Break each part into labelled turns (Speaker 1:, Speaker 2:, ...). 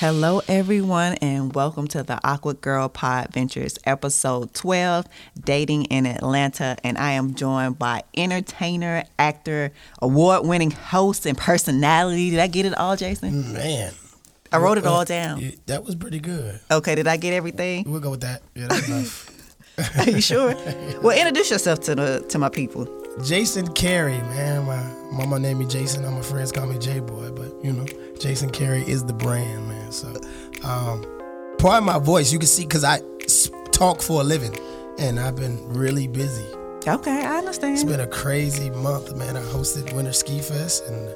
Speaker 1: Hello, everyone, and welcome to the Awkward Girl Pod Ventures, episode 12 Dating in Atlanta. And I am joined by entertainer, actor, award winning host, and personality. Did I get it all, Jason?
Speaker 2: Man.
Speaker 1: I wrote it
Speaker 2: Uh,
Speaker 1: all down.
Speaker 2: yeah, that was pretty good.
Speaker 1: Okay, did I get everything?
Speaker 2: We'll go with that. Yeah, that's enough.
Speaker 1: Are you sure? Well, introduce yourself to the to my people.
Speaker 2: Jason Carey, man. My mama named me Jason. All my friends call me J Boy, but you know, Jason Carey is the brand, man. So, um, part of my voice, you can see, because I s- talk for a living, and I've been really busy.
Speaker 1: Okay, I
Speaker 2: It's
Speaker 1: understand.
Speaker 2: been a crazy month, man. I hosted Winter Ski Fest and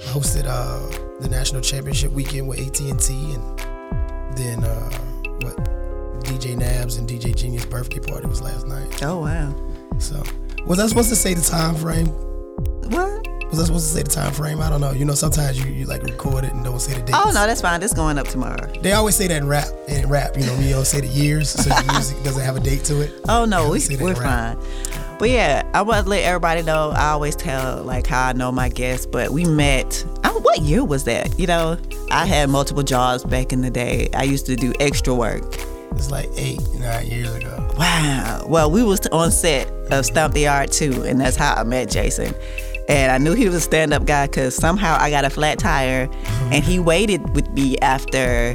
Speaker 2: hosted uh, the national championship weekend with AT and T, and then uh, what DJ Nabs and DJ Genius birthday party was last night.
Speaker 1: Oh, wow.
Speaker 2: So was I supposed to say the time frame?
Speaker 1: What?
Speaker 2: Was I supposed to say the time frame? I don't know. You know, sometimes you, you like record it and don't say the date.
Speaker 1: Oh, no, that's fine. That's going up tomorrow.
Speaker 2: They always say that in rap. In rap, you know, we don't say the years, so the music doesn't have a date to it.
Speaker 1: Oh no, we,
Speaker 2: Sit it
Speaker 1: we're
Speaker 2: around.
Speaker 1: fine. But yeah, I want to let everybody know. I always tell like how I know my guests, but we met. I, what year was that? You know, I had multiple jobs back in the day. I used to do extra work.
Speaker 2: It's like eight, nine years ago.
Speaker 1: Wow. Well, we was on set of Stomp the Yard too, and that's how I met Jason. And I knew he was a stand-up guy because somehow I got a flat tire, and he waited with me after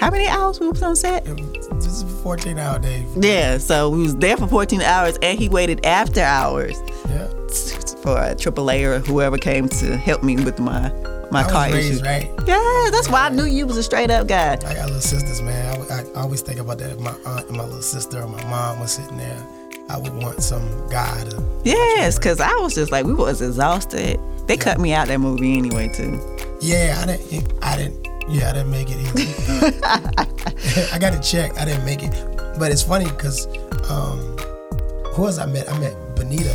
Speaker 1: how many hours we was on set?
Speaker 2: This is a 14 hour day.
Speaker 1: Yeah. So we was there for 14 hours, and he waited after hours.
Speaker 2: Yeah.
Speaker 1: for AAA or whoever came to help me with my my
Speaker 2: I
Speaker 1: car
Speaker 2: was
Speaker 1: issue.
Speaker 2: raised right.
Speaker 1: Yeah, that's why I knew you was a straight up guy.
Speaker 2: I got little sisters, man. I, I always think about that. If my aunt and my little sister or my mom was sitting there, I would want some guy to.
Speaker 1: Yes, because I was just like we was exhausted. They cut me out that movie anyway too.
Speaker 2: Yeah, I didn't. I didn't. Yeah, I didn't make it either. I got to check. I didn't make it. But it's funny because um, who else I met? I met Benita.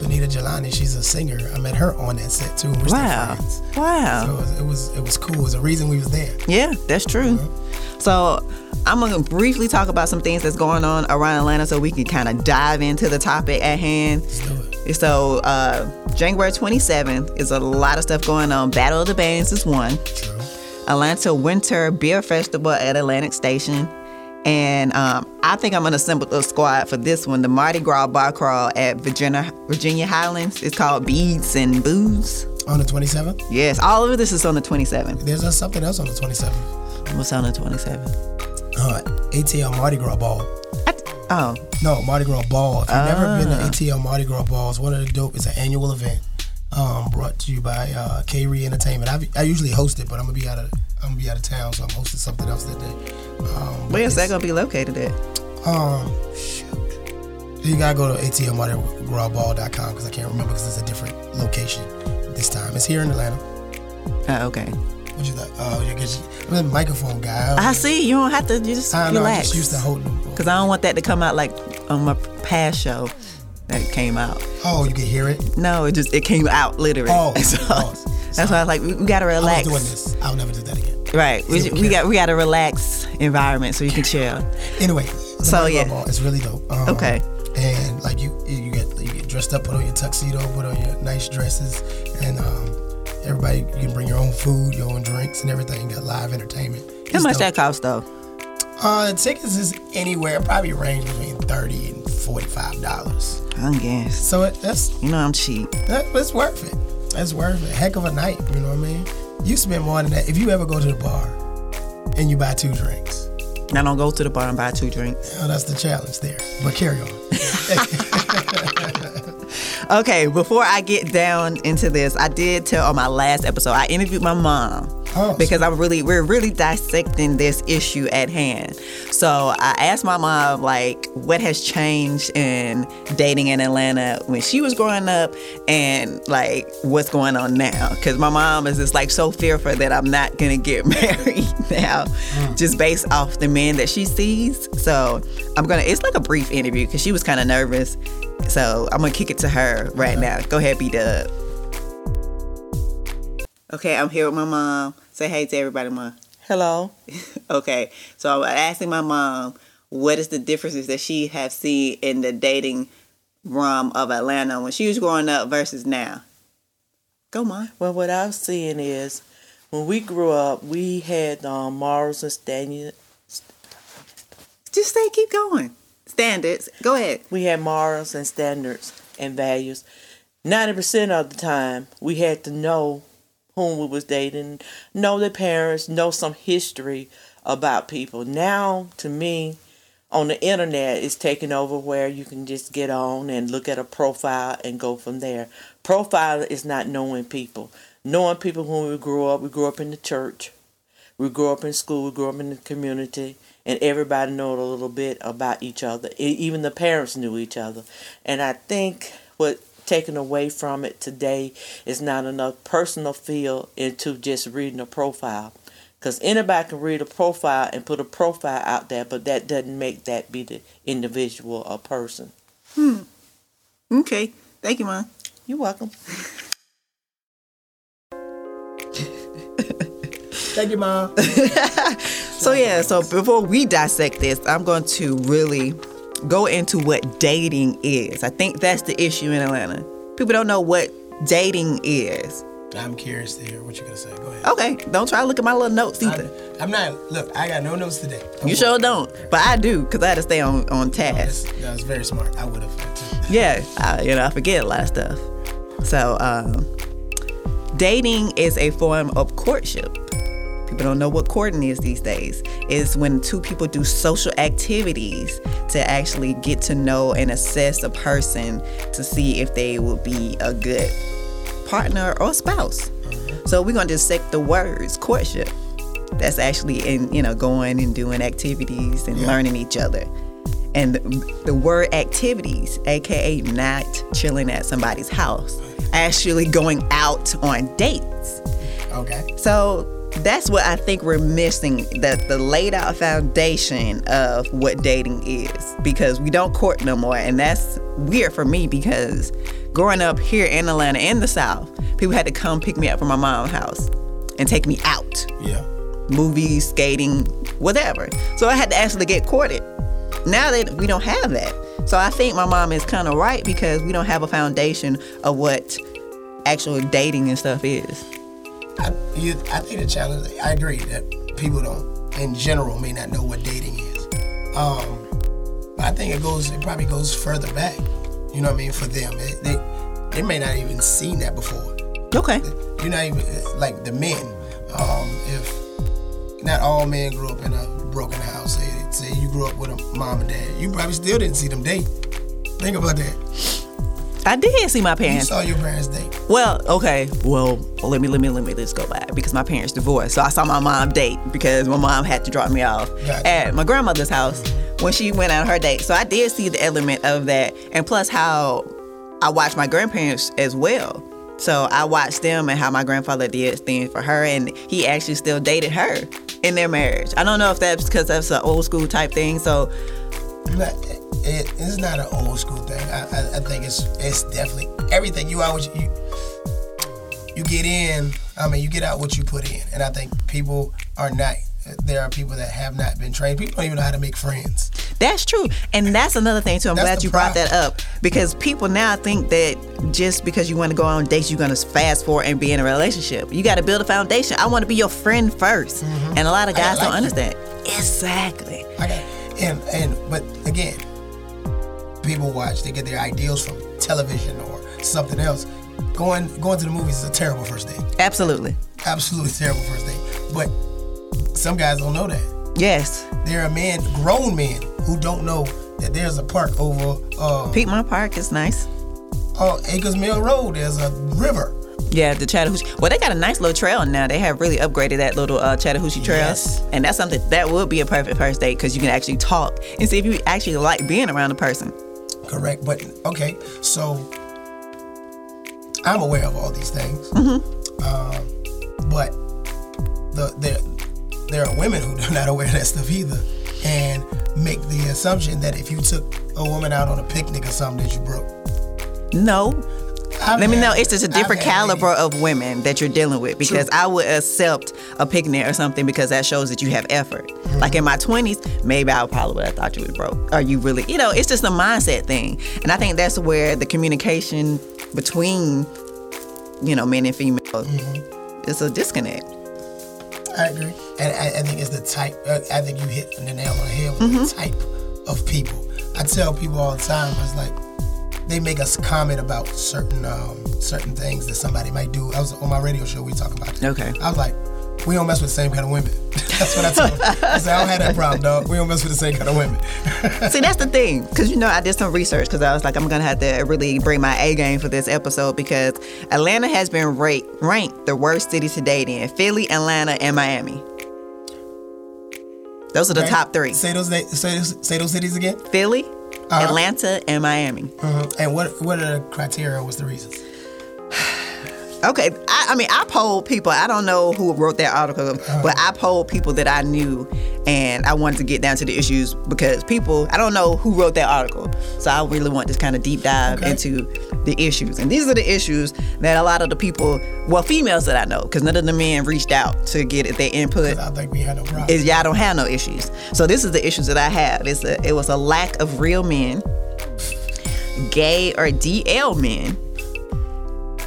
Speaker 2: Benita Jelani. She's a singer. I met her on that set too. We're
Speaker 1: Wow,
Speaker 2: still friends.
Speaker 1: wow.
Speaker 2: So it was, it was it was cool. It was a reason we was there.
Speaker 1: Yeah, that's true.
Speaker 2: uh-huh.
Speaker 1: So I'm gonna briefly talk about some things that's going on around Atlanta, so we can kind of dive into the topic at hand.
Speaker 2: Do it.
Speaker 1: So uh, January 27th is a lot of stuff going on. Battle of the Bands is one.
Speaker 2: True.
Speaker 1: Atlanta Winter Beer Festival at Atlantic Station. And um, I think I'm gonna assemble a squad for this one. The Mardi Gras bar crawl at Virginia Virginia Highlands. It's called Beads and Booze.
Speaker 2: On the 27th,
Speaker 1: Yes, all of this is on the 27th.
Speaker 2: there's uh, something else on the 27th.
Speaker 1: What's on the 27th?
Speaker 2: Uh, ATL Mardi Gras Ball.
Speaker 1: I th- oh,
Speaker 2: No, Mardi Gras Ball. If you've never been
Speaker 1: Ah.
Speaker 2: to ATL Mardi Gras Ball, it's one of the dope. It's an annual event um, brought to you by uh, K-Re Entertainment. I've, I usually host it, but I'm gonna be out of I'm gonna be out of town, so I'm hosting something else that day. Um, but
Speaker 1: where's that
Speaker 2: it's-
Speaker 1: gonna be located at?
Speaker 2: Um, shoot. You gotta go to atlmardigras.com because I can't remember because it's a different location this time. It's here in Atlanta.
Speaker 1: Oh, okay.
Speaker 2: What you thought? Oh, you get I'm a microphone guy.
Speaker 1: I see. You don't have to. You just
Speaker 2: I don't know. I'm
Speaker 1: relax.
Speaker 2: just used to holding.
Speaker 1: Cause I don't want that to come out like on my past show that came out.
Speaker 2: Oh, you can hear it.
Speaker 1: No, it just it came out literally.
Speaker 2: Oh,
Speaker 1: so,
Speaker 2: oh,
Speaker 1: that's why I was like, we, we gotta
Speaker 2: I was
Speaker 1: relax.
Speaker 2: doing this. I'll never do that again.
Speaker 1: Right. We,
Speaker 2: Still
Speaker 1: we got we got a relaxed environment so you can chill.
Speaker 2: Anyway, the
Speaker 1: So,
Speaker 2: Mardi Gras
Speaker 1: yeah.
Speaker 2: ball is really dope. Um,
Speaker 1: Okay.
Speaker 2: And like you, you get you get dressed up, put on your tuxedo, put on your nice dresses, and um, everybody you can bring your own food, your own drinks, and everything. You got live entertainment.
Speaker 1: How
Speaker 2: It's
Speaker 1: much
Speaker 2: dope.
Speaker 1: that cost though?
Speaker 2: Uh, tickets is anywhere probably range between thirty and forty five dollars.
Speaker 1: I guess.
Speaker 2: So it, that's
Speaker 1: You know I'm cheap.
Speaker 2: that, it's worth it. That's worth it. Heck of a night. You know what I mean? You spend more than that if you ever go to the bar and you buy two drinks.
Speaker 1: I don't go to the bar and buy two drinks.
Speaker 2: Now, that's the challenge there. But carry on.
Speaker 1: Okay, before I get down into this, I did tell on my last episode I interviewed my mom.
Speaker 2: Oh,
Speaker 1: because I'm really we're really dissecting this issue at hand. So I asked my mom like what has changed in dating in Atlanta when she was growing up and like what's going on now cuz my mom is just like so fearful that I'm not going to get married now just based off the men that she sees. So I'm going to it's like a brief interview cuz she was kind of nervous. So I'm going to kick it to her right now. Go ahead, B-Dub. Okay, I'm here with my mom. Say hey to everybody, mom.
Speaker 3: Hello.
Speaker 1: Okay, so I'm asking my mom what is the differences that she have seen in the dating realm of Atlanta when she was growing up versus now. Go, mom.
Speaker 3: Well, what I'm seeing is when we grew up, we had um, morals and standards.
Speaker 1: Just say keep going. Standards. Go ahead.
Speaker 3: We had morals and standards and values. Ninety percent of the time, we had to know whom we was dating, know their parents, know some history about people. Now, to me, on the internet is taking over where you can just get on and look at a profile and go from there. Profile is not knowing people. Knowing people when we grew up, we grew up in the church, we grew up in school, we grew up in the community, and everybody knowed a little bit about each other. E- Even the parents knew each other. And I think what taken away from it today is not enough personal feel into just reading a profile. Because anybody can read a profile and put a profile out there, but that doesn't make that be the individual or person.
Speaker 1: Okay. Thank you, Mom.
Speaker 3: You're welcome.
Speaker 2: Thank you, mom.
Speaker 1: So yeah, so before we dissect this, I'm going to really go into what dating is. I think that's the issue in Atlanta. People don't know what dating is.
Speaker 2: I'm curious to hear what you're gonna say. Go ahead.
Speaker 1: Okay, don't try to look at my little notes either.
Speaker 2: I'm, I'm not. Look, I got no notes today.
Speaker 1: you sure don't, but I do because I had to stay on on task.
Speaker 2: That's, that was very smart. I would have.
Speaker 1: Yeah, I, Uh, you know I forget a lot of stuff. So um, dating is a form of courtship. People don't know what courting is these days. It's when two people do social activities to actually get to know and assess a person to see if they will be a good partner or spouse. So we're gonna dissect the words courtship. That's actually in you know going and doing activities and learning each other. And the, the word activities, aka not chilling at somebody's house, actually going out on dates.
Speaker 2: Okay.
Speaker 1: So that's what I think we're missing the, the laid out foundation of what dating is because we don't court no more. And that's weird for me because growing up here in Atlanta, in the South, people had to come pick me up from my mom's house and take me out
Speaker 2: Yeah.
Speaker 1: movies, skating, whatever. So I had to actually get courted. Now that we don't have that. So I think my mom is kind of right because we don't have a foundation of what actual dating and stuff is.
Speaker 2: I, you, I think the challenge. I agree that people don't, in general, may not know what dating is. Um, but I think it goes. It probably goes further back. You know what I mean? For them, it, they they may not even seen that before.
Speaker 1: Okay.
Speaker 2: You're not even like the men. Um, if not all men grew up in a broken house, say, say you grew up with a mom and dad, you probably still didn't see them date. Think about that.
Speaker 1: I did see my
Speaker 2: You
Speaker 1: parents.
Speaker 2: saw your parents date.
Speaker 1: Well, okay. Well, let me let me let me let's go back because my parents divorced. So I saw my mom date because my mom had to drop me off
Speaker 2: Gotcha.
Speaker 1: at my grandmother's house when she went on her date. So I did see the element of that, and plus how I watched my grandparents as well. So I watched them and how my grandfather did things for her, and he actually still dated her in their marriage. I don't know if that's because that's an old school type thing. So
Speaker 2: Not, it, it's not an old school thing. I, I, I think it's it's definitely everything you always you you get in. I mean, you get out what you put in, and I think people are not. There are people that have not been trained. People don't even know how to make friends.
Speaker 1: That's true. And that's another thing, too. I'm
Speaker 2: That's
Speaker 1: glad
Speaker 2: the
Speaker 1: you brought that
Speaker 2: problem.
Speaker 1: up because people now think that just because you want to go on dates, you're going to fast forward and be in a relationship. You got to build a foundation. I want to be your friend 1st And a lot of guys
Speaker 2: like
Speaker 1: don't
Speaker 2: you.
Speaker 1: understand. Exactly.
Speaker 2: I got and and but again, people watch. They get their ideals from television or something else. Going going to the movies is a terrible first date.
Speaker 1: Absolutely.
Speaker 2: Absolutely terrible first date. But some guys don't know that.
Speaker 1: Yes.
Speaker 2: there are men, grown men, who don't know that there's a park over uh,
Speaker 1: Piedmont Park is nice.
Speaker 2: oh, Acres Mill Road. There's a river.
Speaker 1: Yeah, the Chattahoochee. Well, they got a nice little trail now. They have really upgraded that little uh, Chattahoochee trail.
Speaker 2: Yes.
Speaker 1: And that's something that would be a perfect first date because you can actually talk and see if you actually like being around the person.
Speaker 2: Correct. But okay, so I'm aware of all these things,
Speaker 1: Mm-hmm.
Speaker 2: um, but the there there are women who are not aware of that stuff either, and make the assumption that if you took a woman out on a picnic or something that you broke.
Speaker 1: No,
Speaker 2: I've
Speaker 1: Let me
Speaker 2: had-
Speaker 1: know. It's just a
Speaker 2: I've
Speaker 1: different
Speaker 2: had ladies-
Speaker 1: caliber of women that you're dealing with because
Speaker 2: True.
Speaker 1: I would accept a picnic or something because that shows that you have effort. Like in my 20s, maybe I probably would have thought you was broke. Are you really, you know, it's just a mindset thing. And I think that's where the communication between, you know, men and female, it's a disconnect.
Speaker 2: I agree, and I, I think it's the type. uh, I think you hit the nail on the head with the
Speaker 1: Mm-hmm.
Speaker 2: type of people. I tell people all the time, it's like they make us comment about certain um, certain things that somebody might do. I was on my radio show. We talk about this.
Speaker 1: Okay.
Speaker 2: I was like, we don't mess with the same kind of women. That's what I told. them. I said I don't have that problem, dog. We don't mess with the same kind of women.
Speaker 1: See, that's the thing, because you know, I did some research because I was like, I'm gonna have to really bring my A game for this episode because Atlanta has been rate, ranked the worst city to date in Philly, Atlanta, and Miami. Those are the
Speaker 2: Right?
Speaker 1: top three:
Speaker 2: Say those. na- Say those. Say those cities again.
Speaker 1: Philly, Atlanta, and Miami.
Speaker 2: Mhm. And what what are the criteria? What's the reasons?
Speaker 1: Okay, I, I mean, I polled people. I don't know who wrote that article, but I polled people that I knew, and I wanted to get down to the issues because people, I don't know who wrote that article, so I really want to kind of deep dive
Speaker 2: Okay.
Speaker 1: into the issues. And these are the issues that a lot of the people, well, females that I know, because none of the men reached out to get their input.
Speaker 2: I think we had no problem.
Speaker 1: Is y'all don't have no issues. So this is the issues that I have. It's a, it was a lack of real men, gay or DL men.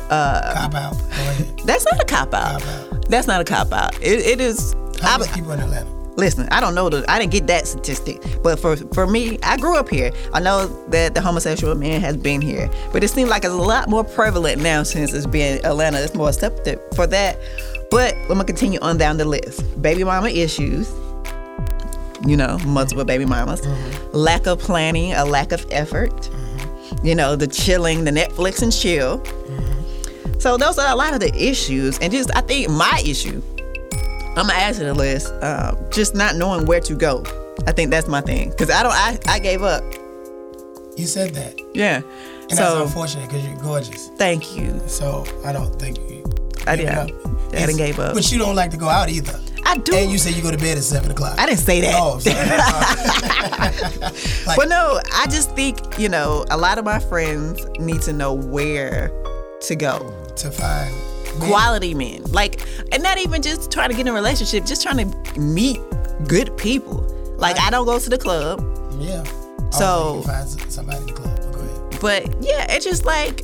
Speaker 2: Cop out. Go ahead.
Speaker 1: That's not a cop out.
Speaker 2: Cop
Speaker 1: That's not a cop out. It, it is.
Speaker 2: How
Speaker 1: I,
Speaker 2: many people in Atlanta?
Speaker 1: listen, I don't know. The, I didn't get that statistic, but for for me, I grew up here. I know that the homosexual man has been here, but it seems like it's a lot more prevalent now since it's been Atlanta. It's more accepted for that. But I'm gonna continue on down the list. Baby mama issues. You know, multiple baby mamas, lack of planning, a lack of effort. You know, the chilling, the Netflix and chill. So those are a lot of the issues, and just I think my issue I'm gonna add to the list. Uh, just not knowing where to go. I think that's my thing. Cause I don't. I, I gave up.
Speaker 2: You said that, and
Speaker 1: Yeah.
Speaker 2: that's
Speaker 1: So
Speaker 2: unfortunate because you're gorgeous.
Speaker 1: thank you.
Speaker 2: So I don't think you.
Speaker 1: I
Speaker 2: giving
Speaker 1: did.
Speaker 2: up
Speaker 1: I done
Speaker 2: is-
Speaker 1: gave up.
Speaker 2: But you don't like to go out either.
Speaker 1: I do.
Speaker 2: And you say you go to bed at seven o'clock.
Speaker 1: I didn't say that.
Speaker 2: Oh, I'm sorry. like-
Speaker 1: but no, I just think you know a lot of my friends need to know where to go.
Speaker 2: to find men.
Speaker 1: Quality men, like, and not even just trying to get in a relationship. Just trying to meet good people. Like I don't go to the club.
Speaker 2: Yeah.
Speaker 1: So-
Speaker 2: Oh, you can find s- somebody in the club. But go ahead.
Speaker 1: But yeah, it's just like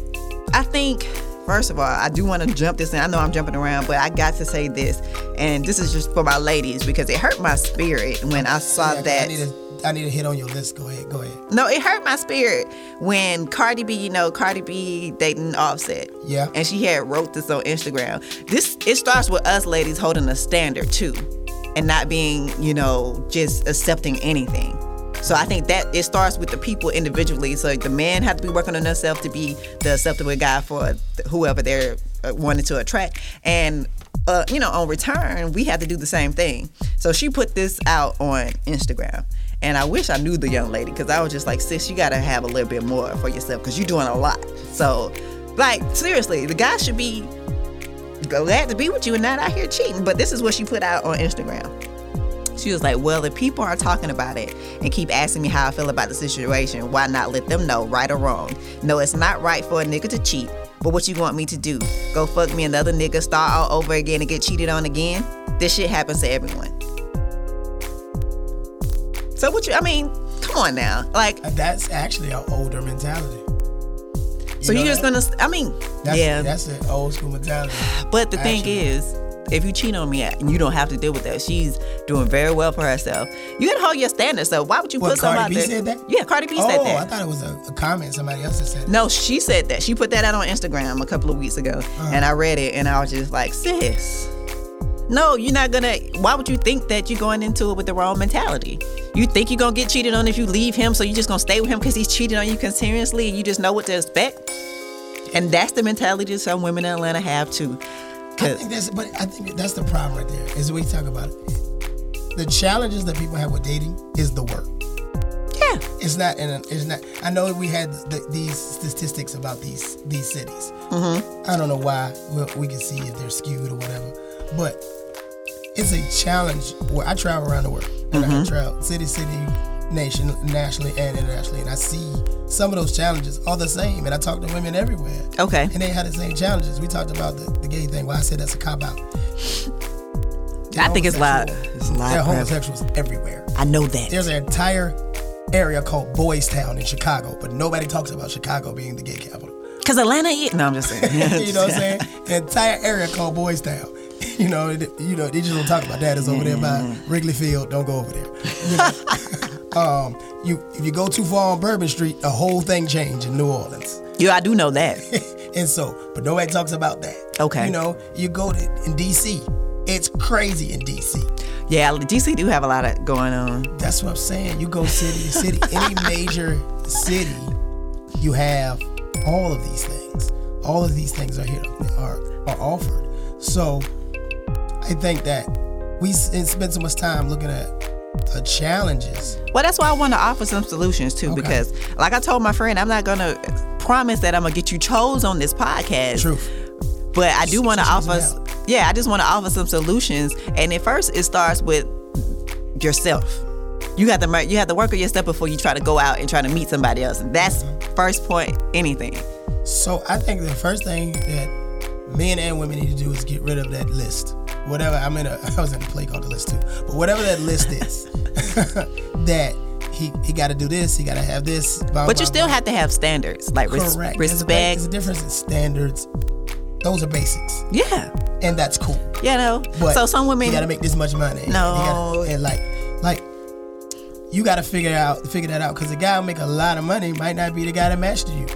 Speaker 1: I think first of all, I do want to jump this in. I know I'm jumping around, but I got to say this, and this is just for my ladies because it hurt my spirit when I saw
Speaker 2: Yeah, I
Speaker 1: that.
Speaker 2: need to. I need to hit on your list. Go ahead. Go ahead.
Speaker 1: no, it hurt my spirit when Cardi B, you know, Cardi B dating Offset.
Speaker 2: Yeah.
Speaker 1: And she had wrote this on Instagram. This it starts with us ladies holding a standard too, and not being, you know, just accepting anything. So I think that it starts with the people individually. So the man have to be working on themselves to be the acceptable guy for whoever they're uh, wanting to attract, and uh, you know, on return we have to do the same thing. So she put this out on Instagram. And I wish I knew the young lady because I was just like, sis, you gotta have a little bit more for yourself because you're doing a lot. So, like, seriously, the guy should be glad to be with you and not out here cheating. But this is what she put out on Instagram. She was like, Well, if people are talking about it and keep asking me how I feel about the situation, why not let them know, right or wrong? No, it's not right for a nigga to cheat, but what you want me to do? Go fuck me another nigga, start all over again and get cheated on again? This shit happens to everyone. So, what you, I mean, come on now. Like,
Speaker 2: Uh, That's actually an older mentality.
Speaker 1: so
Speaker 2: know
Speaker 1: you're just
Speaker 2: that?
Speaker 1: gonna, I mean,
Speaker 2: That's,
Speaker 1: yeah.
Speaker 2: That's an old school mentality.
Speaker 1: But the thing
Speaker 2: Actually.
Speaker 1: is, if you cheat on me, you don't have to deal with that. She's doing very well for herself. You gotta hold your standards. So why would you
Speaker 2: What,
Speaker 1: put somebody
Speaker 2: Cardi B
Speaker 1: out there?
Speaker 2: said that?
Speaker 1: Yeah, Cardi B said
Speaker 2: oh,
Speaker 1: that.
Speaker 2: I thought it was a, a comment somebody else had said.
Speaker 1: no, she said that. She put that out on Instagram a couple of weeks ago,
Speaker 2: Uh-huh.
Speaker 1: and I read it, and I was just like, sis. No, you're not gonna. Why would you think that you're going into it with the wrong mentality? You think you're gonna get cheated on if you leave him, so you're just gonna stay with him because he's cheating on you continuously, and you just know what to expect. And that's the mentality some women in Atlanta have too.
Speaker 2: I
Speaker 1: Cause
Speaker 2: think that's, but I think that's the problem right there. Is we talk about it. The challenges that people have with dating is the work.
Speaker 1: yeah,
Speaker 2: It's not, and it's not. I know we had the, these statistics about these these cities. I don't know why. Well, we can see if they're skewed or whatever, but it's a challenge. Where I travel around the world, and I travel city, city, nation, nationally and internationally, and I see some of those challenges are the same. And I talk to women everywhere.
Speaker 1: Okay.
Speaker 2: and they had the same challenges. We talked about the, the gay thing. Why I said that's a cop out.
Speaker 1: I think it's loud. It's
Speaker 2: There are
Speaker 1: loud. crap.
Speaker 2: homosexuals everywhere.
Speaker 1: I know that.
Speaker 2: There's an entire area called Boys Town in Chicago, but nobody talks about Chicago being the gay capital.
Speaker 1: Cause Atlanta, is- no, I'm just saying.
Speaker 2: you know what I'm saying? The entire area called Boys Town. you know, it- you know, they just don't talk about that. It's over there by
Speaker 1: Mm-hmm.
Speaker 2: Wrigley Field. Don't go over there. You know? um, you if you go too far on Bourbon Street, the whole thing changed in New Orleans.
Speaker 1: Yeah, I do know that.
Speaker 2: and so, but nobody talks about that.
Speaker 1: Okay.
Speaker 2: You know, you go to in D.C. It's crazy in D.C.
Speaker 1: Yeah, DC do have a lot of going on.
Speaker 2: That's what I'm saying. You go city to city, any major city, you have all of these things. All of these things are here are are offered. So I think that we s- and spend so much time looking at the challenges.
Speaker 1: Well, that's why I want to offer some solutions too,
Speaker 2: Okay.
Speaker 1: because like I told my friend, I'm not gonna promise that I'm gonna get you chose on this podcast.
Speaker 2: Truth.
Speaker 1: But I do want to
Speaker 2: just
Speaker 1: offer,
Speaker 2: listen out.
Speaker 1: yeah, I just want to offer some solutions. And at first, it starts with yourself. You have to mer- you have to work on yourself before you try to go out and try to meet somebody else. That's first point. Anything.
Speaker 2: So I think the first thing that men and women need to do is get rid of that list. Whatever I'm in a I was in a play called the list too. But whatever that list is that he, he got to do this. He got to have this. blah,
Speaker 1: But you
Speaker 2: blah,
Speaker 1: still
Speaker 2: blah.
Speaker 1: have to have standards, like res-
Speaker 2: Correct. There's a, ba-
Speaker 1: respect.
Speaker 2: There's a difference in standards. Those are basics,
Speaker 1: yeah,
Speaker 2: and that's cool.
Speaker 1: you know.
Speaker 2: But
Speaker 1: so some women,
Speaker 2: you gotta make this much money. You gotta-
Speaker 1: No.
Speaker 2: and like, like, you gotta figure out, figure that out, because the guy who make a lot of money might not be the guy that matched you.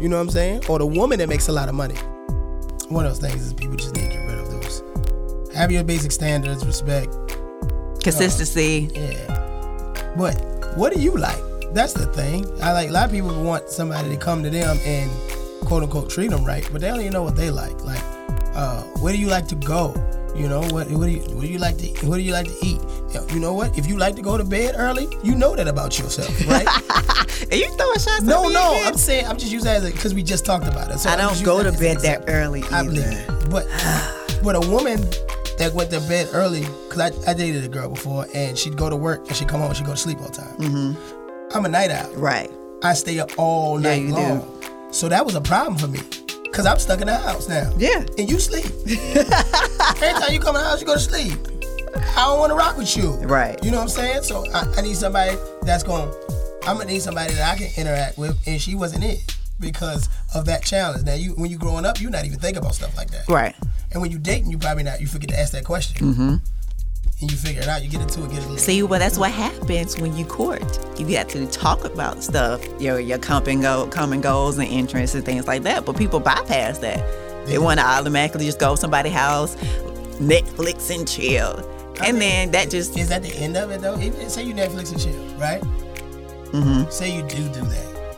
Speaker 2: You know what I'm saying? Or the woman that makes a lot of money. One of those things is people just need to get rid of those. Have your basic standards, respect.
Speaker 1: consistency.
Speaker 2: Yeah. But what do you like? That's the thing. I like a lot of people want somebody to come to them and quote unquote treat them right, but they don't even know what they like. Like, uh, where do you like to go? You know what? What do you what do you like to what do you like to eat? You know what? If you like to go to bed early, you know that about yourself, right?
Speaker 1: Are you throwing shots? at
Speaker 2: no,
Speaker 1: me
Speaker 2: no.
Speaker 1: again?
Speaker 2: I'm saying I'm just using that as a because we just talked about it. So
Speaker 1: I
Speaker 2: I'm
Speaker 1: don't
Speaker 2: just
Speaker 1: go to
Speaker 2: using
Speaker 1: bed
Speaker 2: as an
Speaker 1: that early
Speaker 2: I believe
Speaker 1: either.
Speaker 2: it. But but a woman that went to bed early, because I, I dated a girl before, and she'd go to work and she'd come home and she'd go to sleep all the time. I'm a night owl.
Speaker 1: Right.
Speaker 2: I stay up all
Speaker 1: Yeah,
Speaker 2: night
Speaker 1: you do.
Speaker 2: long. So that was a problem for me. Cause I'm stuck in the house now.
Speaker 1: Yeah.
Speaker 2: And you sleep. Every time you come in the house, you go to sleep. I don't want to rock with you.
Speaker 1: Right.
Speaker 2: You know what I'm saying? So I, I need somebody that's going. I'm gonna need somebody that I can interact with, and she wasn't it because of that challenge. Now you, when you growing up, you're not even thinking about stuff like that.
Speaker 1: Right.
Speaker 2: And when you dating, you probably not. You forget to ask that question. Mm-hmm. And you figure it out. You get into it. Get it.
Speaker 1: See, well, that's what happens when you court. You got to talk about stuff, your your common go common goals and interests and things like that. But people bypass that. They want to automatically just go to somebody's house, Netflix and chill, and then that just
Speaker 2: Is that the end of it though? Even, say you Netflix and chill, right? Say you do do that.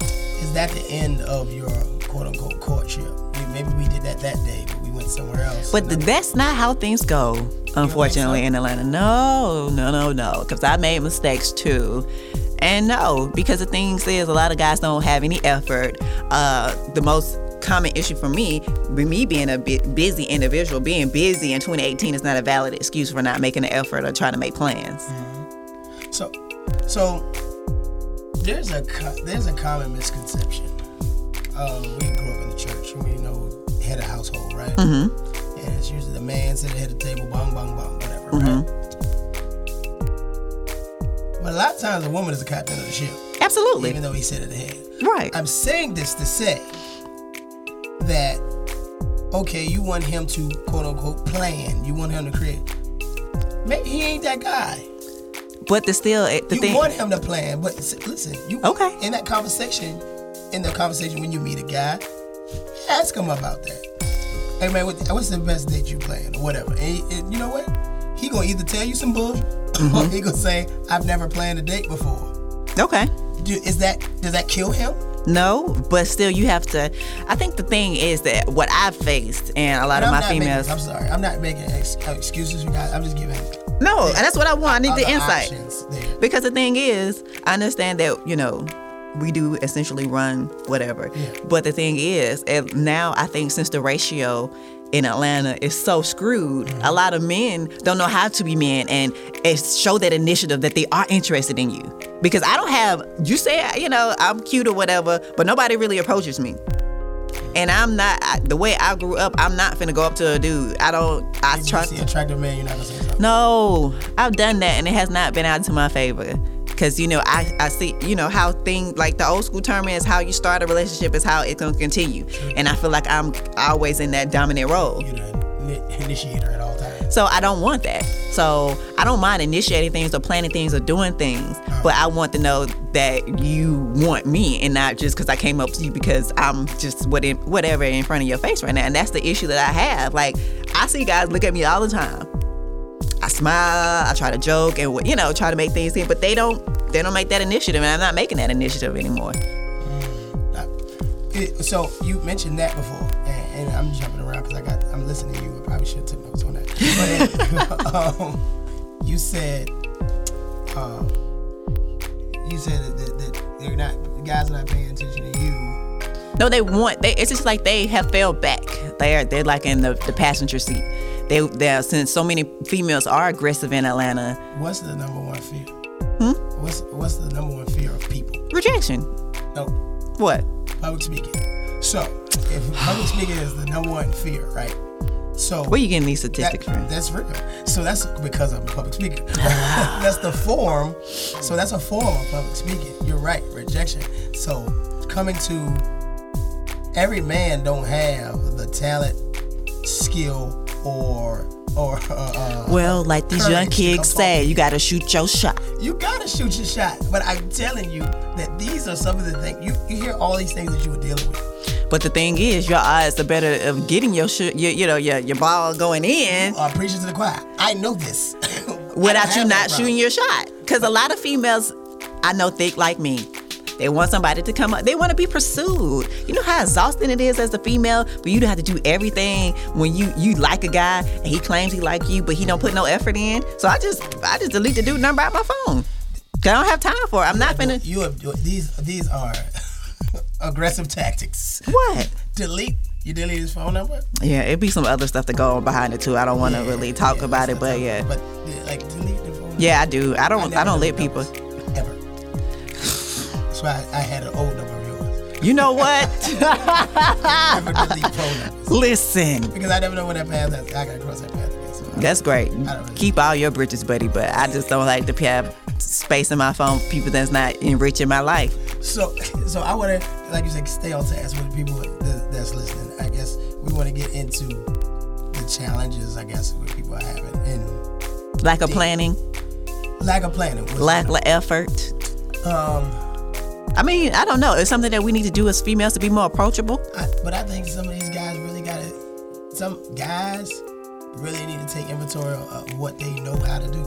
Speaker 2: Is that the end of your quote unquote courtship? Yeah, Maybe we did that that day, but we went somewhere else.
Speaker 1: But th- that's not how things go, unfortunately, in Atlanta. No, no, no, no. Because I made mistakes too. And no, because the thing is, a lot of guys don't have any effort. Uh, the most common issue for me, with me being a bu- busy individual, being busy in 2018 is not a valid excuse for not making an effort or trying to make plans.
Speaker 2: Mm-hmm. So, so there's a co- there's a common misconception. Um, we grew up in the church, and we know head of household, right? Mm-hmm. And it's usually the man sitting at the table, bong, bong, bong, whatever. Right? But a lot of times, the woman is the captain of the ship,
Speaker 1: Absolutely.
Speaker 2: even though he sit at the head.
Speaker 1: Right.
Speaker 2: I'm saying this to say that okay, you want him to quote unquote plan, you want him to create. Maybe he ain't that guy
Speaker 1: But the still, it- the
Speaker 2: you
Speaker 1: thing.
Speaker 2: want him to plan, but s- listen, you
Speaker 1: Okay.
Speaker 2: in that conversation, in the conversation when you meet a guy, ask him about that. Hey man, what, what's the best date you planned or whatever? And, he- and you know what? He gonna either tell you some bull,
Speaker 1: Mm-hmm.
Speaker 2: or he gonna say, "I've never planned a date before."
Speaker 1: Okay.
Speaker 2: Do, is that does that kill him?
Speaker 1: No, but still, you have to. I think the thing is that what I've faced, and a lot
Speaker 2: And
Speaker 1: of my
Speaker 2: not
Speaker 1: females.
Speaker 2: Making, I'm sorry, I'm not making ex- excuses for guys. I'm just giving.
Speaker 1: No, and that's what I want. I need the
Speaker 2: other
Speaker 1: insight.
Speaker 2: options there.
Speaker 1: Because the thing is, I understand that, you know, we do essentially run whatever. But the thing is, and now I think since the ratio in Atlanta is so screwed, a
Speaker 2: Mm-hmm.
Speaker 1: lot of men don't know how to be men and, and show that initiative that they are interested in you. Because I don't have, you say, you know, I'm cute or whatever, but nobody really approaches me. And I'm not, I, the way I grew up, I'm not finna go up to a dude. I don't, I
Speaker 2: If
Speaker 1: try
Speaker 2: you see an attractive man, you're not gonna say something.
Speaker 1: no, I've done that and it has not been out to my favor. Cause you know, I, I see, you know, how thing like the old school term is how you start a relationship is how it's gonna continue. And I feel like I'm always in that dominant role.
Speaker 2: You done ni- initiator at all times.
Speaker 1: So I don't want that. So I don't mind initiating things or planning things or doing things, but I want to know that you want me and not just because I came up to you because I'm just what in, whatever in front of your face right now. And that's the issue that I have. Like I see guys look at me all the time. I smile, I try to joke and you know try to make things seem, but they don't they don't make that initiative, and I'm not making that initiative anymore.
Speaker 2: Like, it- so you mentioned that before, and, and I'm jumping around because I got I'm listening to you. I probably should have took notes on that. But um, you said um, you said that, that, that they're not the guys are not paying attention to you.
Speaker 1: No, they want. They, it's just like they have fell back. They're they're like in the, the passenger seat. They they since so many females are aggressive in Atlanta,
Speaker 2: What's the number one fear?
Speaker 1: Hmm?
Speaker 2: What's what's the number one fear of people?
Speaker 1: rejection.
Speaker 2: No,
Speaker 1: What?
Speaker 2: public speaking. So if public speaking is the number one fear, right? So
Speaker 1: Where you getting these
Speaker 2: That-
Speaker 1: statistics from?
Speaker 2: That's real. So that's because I'm a public speaker. that's the form. So that's a form of public speaking. You're right. Rejection. So coming to every man don't have the talent, skill, or or uh, uh,
Speaker 1: Well, like these young
Speaker 2: Courage to
Speaker 1: kids
Speaker 2: come
Speaker 1: say, you gotta shoot your shot.
Speaker 2: you gotta shoot your shot. But I'm telling you that these are some of the things you you hear all these things that you were dealing with.
Speaker 1: But the thing is, your odds are better of getting your sh- your, you know your your ball going in
Speaker 2: Uh, preaching to the choir. I know this.
Speaker 1: without you not shooting your shot. Because a lot of females I know think like me. They want somebody to come up. They want to be pursued. You know how exhausting it is as a female for you to have to do everything when you you like a guy and he claims he like you, but he don't put no effort in. So I just I just delete the dude number out my phone. 'Cause I don't have time for it. I'm not finna.
Speaker 2: You have these these are aggressive tactics.
Speaker 1: What?
Speaker 2: delete. You delete his phone number.
Speaker 1: Yeah, it'd be some other stuff to go on behind it too. I don't want to
Speaker 2: Yeah,
Speaker 1: really talk
Speaker 2: yeah,
Speaker 1: about
Speaker 2: that's
Speaker 1: it, but
Speaker 2: the
Speaker 1: yeah,
Speaker 2: top. But yeah, like delete the phone. number.
Speaker 1: yeah, I do. I don't.
Speaker 2: never
Speaker 1: I, don't let
Speaker 2: delete
Speaker 1: people.
Speaker 2: numbers, ever. That's why I, I had an old number of yours.
Speaker 1: You know what?
Speaker 2: Never delete phone numbers
Speaker 1: Listen,
Speaker 2: because I never know when that path. Has, I gotta cross that path again. So
Speaker 1: that's great.
Speaker 2: really-
Speaker 1: Keep all your bridges, buddy. But I just don't like to have space in my phone. for People that's not enriching my life.
Speaker 2: So, so I want to, like you said, stay on task with people that, that's listening. I guess we want to get into the challenges. I guess what people are having and
Speaker 1: Lack of planning,
Speaker 2: lack of planning. which-
Speaker 1: lack of effort.
Speaker 2: Um,
Speaker 1: I mean, I don't know. It's something that we need to do as females to be more approachable.
Speaker 2: I, but I think some of these guys really gotta. Some guys really need to take inventory of what they know how to do.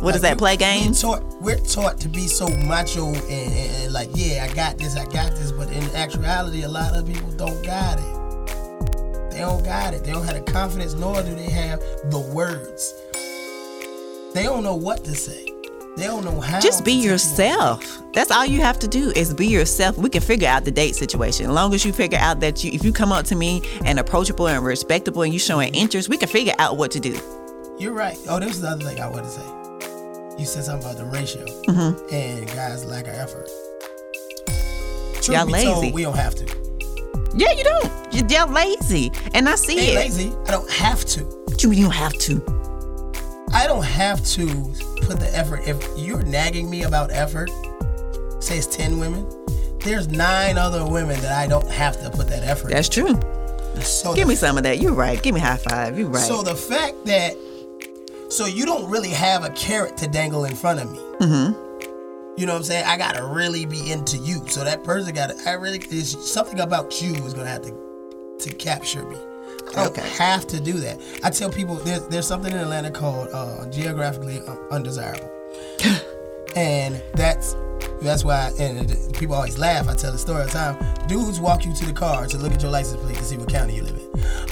Speaker 1: What is
Speaker 2: Like,
Speaker 1: that? Play
Speaker 2: we-
Speaker 1: games.
Speaker 2: We taught, we're taught to be so macho and, and, and like, yeah, I got this, I got this. But in actuality, a lot of people don't got it. They don't got it. They don't have the confidence, nor do they have the words. They don't know what to say. They don't know how.
Speaker 1: just be
Speaker 2: to tell you what-
Speaker 1: yourself. That's all you have to do is be yourself. We can figure out the date situation. As long as you figure out that you, if you come up to me and approachable and respectable and you showing interest, we can figure out what to do.
Speaker 2: You're right. Oh, this is the other thing I want to say. You said something about the ratio
Speaker 1: Mm-hmm.
Speaker 2: and guys lack of effort. Truth
Speaker 1: Y'all
Speaker 2: be told,
Speaker 1: lazy.
Speaker 2: we don't have to.
Speaker 1: Yeah, you don't. You- They're lazy, and I see
Speaker 2: Ain't
Speaker 1: it.
Speaker 2: lazy. I don't have to.
Speaker 1: What You mean you don't have to.
Speaker 2: I don't have to put the effort. If you're nagging me about effort, say it's ten women. There's nine other women that I don't have to put that effort.
Speaker 1: That's true.
Speaker 2: so
Speaker 1: Give
Speaker 2: the,
Speaker 1: me some of that. You're right. Give me high five. You're right.
Speaker 2: So the fact that so you don't really have a carrot to dangle in front of me.
Speaker 1: Mm-hmm.
Speaker 2: You know what I'm saying? I gotta really be into you. So that person gotta I really there's something about you is gonna have to to capture me. I don't
Speaker 1: Okay.
Speaker 2: have to do that. I tell people there's there's something in Atlanta called uh, geographically un- undesirable, and that's that's why and it- people always laugh. I tell the story all the time. Dudes walk you to the car to look at your license plate to see what county you live in.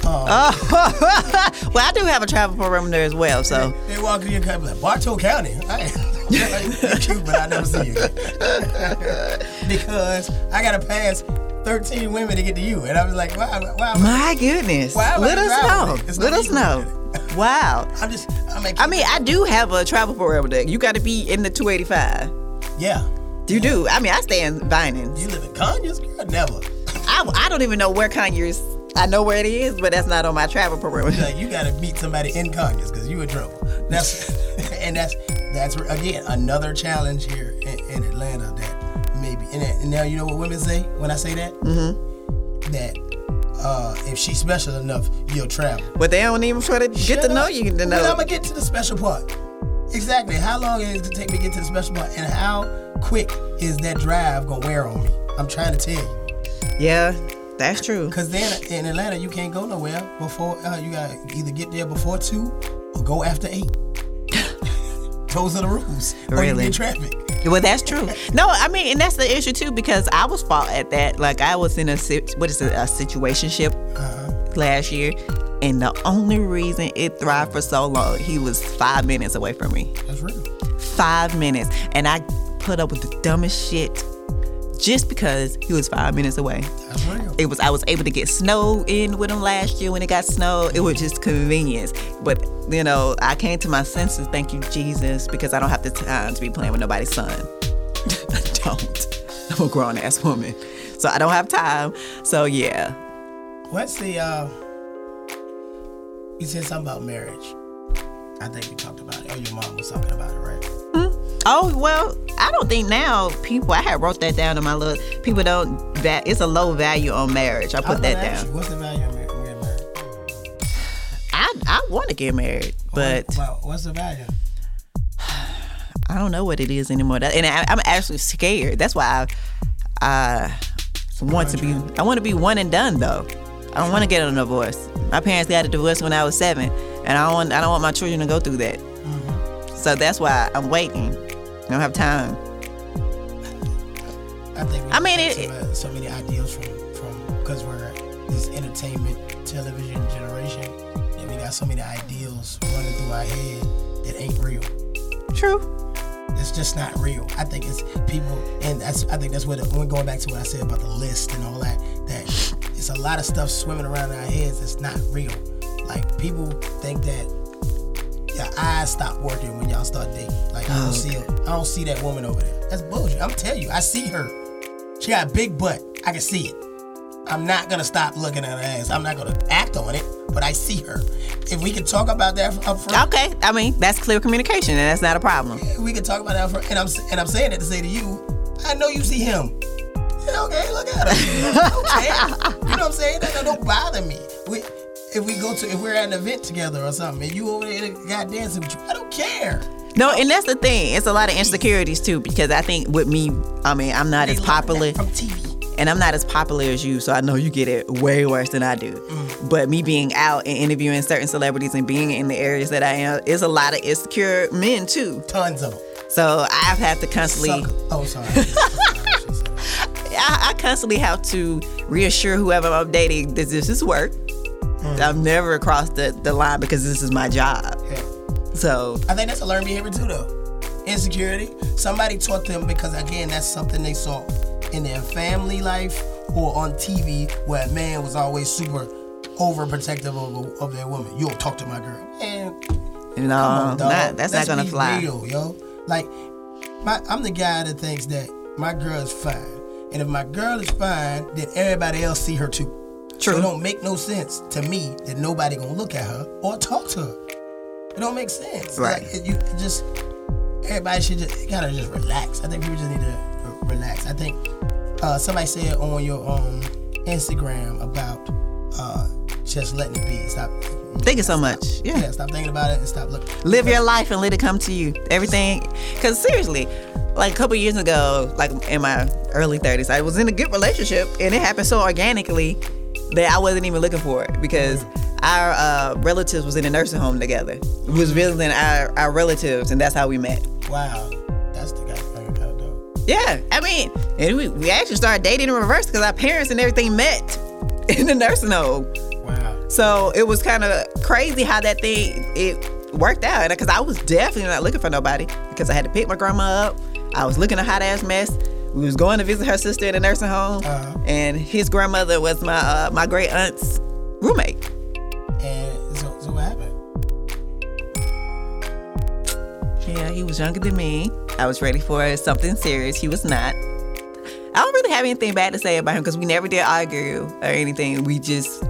Speaker 2: Um,
Speaker 1: well, I do have a travel perimeter as well, so
Speaker 2: They walk in your car, be like Bartow County. I you cute, but I never see you again." because I gotta pass 13 women to get to you, and I was like, why? Why? am I-
Speaker 1: my goodness.
Speaker 2: Why am I
Speaker 1: Let us
Speaker 2: traveling?
Speaker 1: know.
Speaker 2: It's
Speaker 1: Let
Speaker 2: not
Speaker 1: us
Speaker 2: equal.
Speaker 1: know. Wow.
Speaker 2: I'm just. I'm like,
Speaker 1: I mean, I do have a travel perimeter. You got to be in the 285.
Speaker 2: yeah.
Speaker 1: You do. I mean, I stay in Vinings.
Speaker 2: You live in Conyers, girl? Never.
Speaker 1: I, I don't even know where Conyers. I know where it is, but that's not on my travel perimeter.
Speaker 2: Like you gotta meet somebody in Conyers because you in trouble. That's and that's that's again another challenge here in, in Atlanta that maybe and, that, and now you know what women say when I say that mm-hmm. that uh, if she's special enough, you'll travel.
Speaker 1: But they don't even try to get to know you to know.
Speaker 2: I'm gonna get to the special part. Exactly. How long is it to take me to get to the special part, and how quick is that drive gonna wear on me? I'm trying to tell you.
Speaker 1: yeah, that's true.
Speaker 2: Cause then in Atlanta you can't go nowhere before uh, you gotta either get there before two or go after eight. Those are the rules. Or you
Speaker 1: Really?
Speaker 2: get traffic.
Speaker 1: Well, that's true. No, I mean, and that's the issue too because I was fault at that. Like I was in a si- what is it, a situationship last year, and the only reason it thrived for so long, he was five minutes away from me.
Speaker 2: That's real.
Speaker 1: Five minutes, and I put up with the dumbest shit just because he was five minutes away.
Speaker 2: That's real.
Speaker 1: It was I was able to get snow in with him last year when it got snow. It was just convenience. But you know, I came to my senses, thank you, Jesus, because I don't have the time to be playing with nobody's son. I don't. I'm a grown ass woman. So I don't have time. So yeah.
Speaker 2: What's the uh you said something about marriage. I think we talked about it. Or your mom was talking about it, right?
Speaker 1: Oh well, I don't think now people I had wrote that down in my little people don't that it's a low value on marriage. I
Speaker 2: I was
Speaker 1: put
Speaker 2: gonna
Speaker 1: that
Speaker 2: ask
Speaker 1: down.
Speaker 2: you, What's the value of mar- getting married?
Speaker 1: I I wanna get married, but
Speaker 2: Wow, what's the value?
Speaker 1: I don't know what it is anymore. That- And I, I'm actually scared. That's why I, I want to be. I want to be one and done though. I don't want to get a divorce. My parents got a divorce when I was seven, and I don't. Want, I don't want my children to go through that.
Speaker 2: Mm-hmm.
Speaker 1: So that's why I'm waiting. I don't have time.
Speaker 2: I think we
Speaker 1: I mean,
Speaker 2: have so,
Speaker 1: it-
Speaker 2: many, so many ideals from from because we're this entertainment television generation that we got so many ideals running through our head that ain't real.
Speaker 1: True.
Speaker 2: It's just not real. I think it's people, and that's I think that's what when going back to what I said about the list and all that. That it's a lot of stuff swimming around in our heads that's not real. Like people think that your eyes stop working when y'all start dating. Like I don't see, I don't see that woman over there. That's bullshit. I'm telling you, I see her. She got a big butt. I can see it. I'm not gonna stop looking at her ass. I'm not gonna act on it, but I see her. If we could talk about that up front,
Speaker 1: Okay. I mean, that's clear communication, and that's not a problem.
Speaker 2: we can talk about that for, and I'm and I'm saying that to say to you, I know you see him. Yeah, okay, look at him. Okay. you know what I'm saying? That, that don't bother me. We, if we go to if we're at an event together or something, and you over there and a guy dancing with you, I don't care.
Speaker 1: No, and that's the thing. It's a lot of insecurities too, because I think with me, I mean, I'm not
Speaker 2: They
Speaker 1: as
Speaker 2: learned that
Speaker 1: popular.
Speaker 2: from TV.
Speaker 1: and I'm not as popular as you, so I know you get it way worse than I do.
Speaker 2: Mm.
Speaker 1: But me being out and interviewing certain celebrities and being in the areas that I am is a lot of insecure men too.
Speaker 2: Tons of them.
Speaker 1: So I've had to constantly,
Speaker 2: Suck. Oh, sorry.
Speaker 1: I, I constantly have to reassure whoever I'm dating that this is work.
Speaker 2: Mm.
Speaker 1: I've never crossed the, the line because this is my job.
Speaker 2: Yeah.
Speaker 1: So
Speaker 2: I think that's a learned behavior too, though. Insecurity. Somebody taught them because again, that's something they saw in their family life or on TV, where a man was always super overprotective of, a, of their woman. You don't talk to my girl. Man,
Speaker 1: no,
Speaker 2: come on,
Speaker 1: not,
Speaker 2: dog.
Speaker 1: Uh-huh. that's
Speaker 2: Let's
Speaker 1: not gonna
Speaker 2: be
Speaker 1: fly.
Speaker 2: Real, yo. Like, my, I'm the guy that thinks that my girl is fine, and if my girl is fine, then everybody else see her too. So
Speaker 1: True.
Speaker 2: it don't make no sense to me that nobody gonna look at her or talk to her. It don't make sense.
Speaker 1: Right.
Speaker 2: Like, it- you it just everybody should just gotta just relax. I think people just need to r- relax. I think uh, somebody said on your um, Instagram about uh, just letting it be. Stop.
Speaker 1: Thank you so much. Yeah.
Speaker 2: Yeah, stop thinking about it and stop looking.
Speaker 1: live your life and let it come to you everything because seriously like a couple years ago like in my early 30s i was in a good relationship and it happened so organically that i wasn't even looking for it because our uh, relatives was in a nursing home together we was visiting our, our relatives and that's how we met
Speaker 2: Wow, that's the guy. thing about it, though.
Speaker 1: yeah i mean and we, we actually started dating in reverse because our parents and everything met in the nursing home
Speaker 2: Wow.
Speaker 1: so it was kind of crazy how that thing it worked out because I was definitely not looking for nobody because I had to pick my grandma up. I was looking a hot ass mess. We was going to visit her sister in a nursing home,
Speaker 2: Uh-huh.
Speaker 1: and his grandmother was my uh, my great aunt's roommate.
Speaker 2: And so, so what happened?
Speaker 1: Yeah, he was younger than me. I was ready for something serious. He was not. I don't really have anything bad to say about him because we never did argue or anything. We just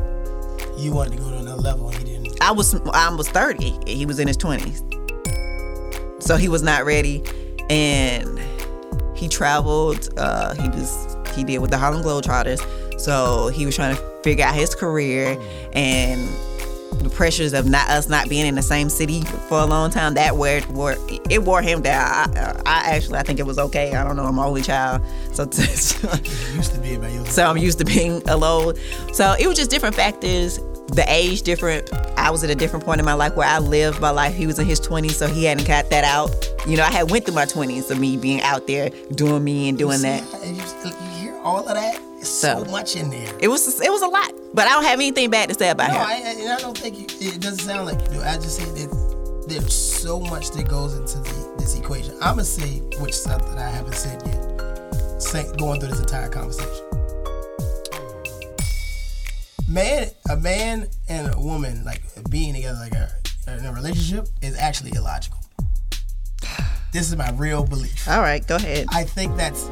Speaker 2: You wanted to go to another level and he didn't.
Speaker 1: I was I was 30. He was in his 20s. So he was not ready and he traveled uh he was he did with the Harlem Globetrotters. So he was trying to figure out his career and the pressures of not us not being in the same city for a long time that wore, wore it wore him down. I, I actually I think it was okay. I don't know. I'm an only child, so
Speaker 2: It used to be about your
Speaker 1: so I'm used to being alone. So it was just different factors. The age different. I was at a different point in my life where I lived my life. He was in his 20s, so he hadn't got that out. You know, I had went through my 20s of me being out there doing me and doing that.
Speaker 2: You, see, you hear all of that? It's so,
Speaker 1: So-
Speaker 2: much in there.
Speaker 1: It was it was a lot, but I don't have anything bad to say about
Speaker 2: No,
Speaker 1: him.
Speaker 2: I, I, and I don't think you, it doesn't sound like you do. I just say that there's so much that goes into the, this equation. I'm gonna say which something I haven't said yet. Say, going through this entire conversation, man, a man and a woman like being together like a, in a relationship is actually illogical. This is my real belief.
Speaker 1: All right, go ahead.
Speaker 2: I think that's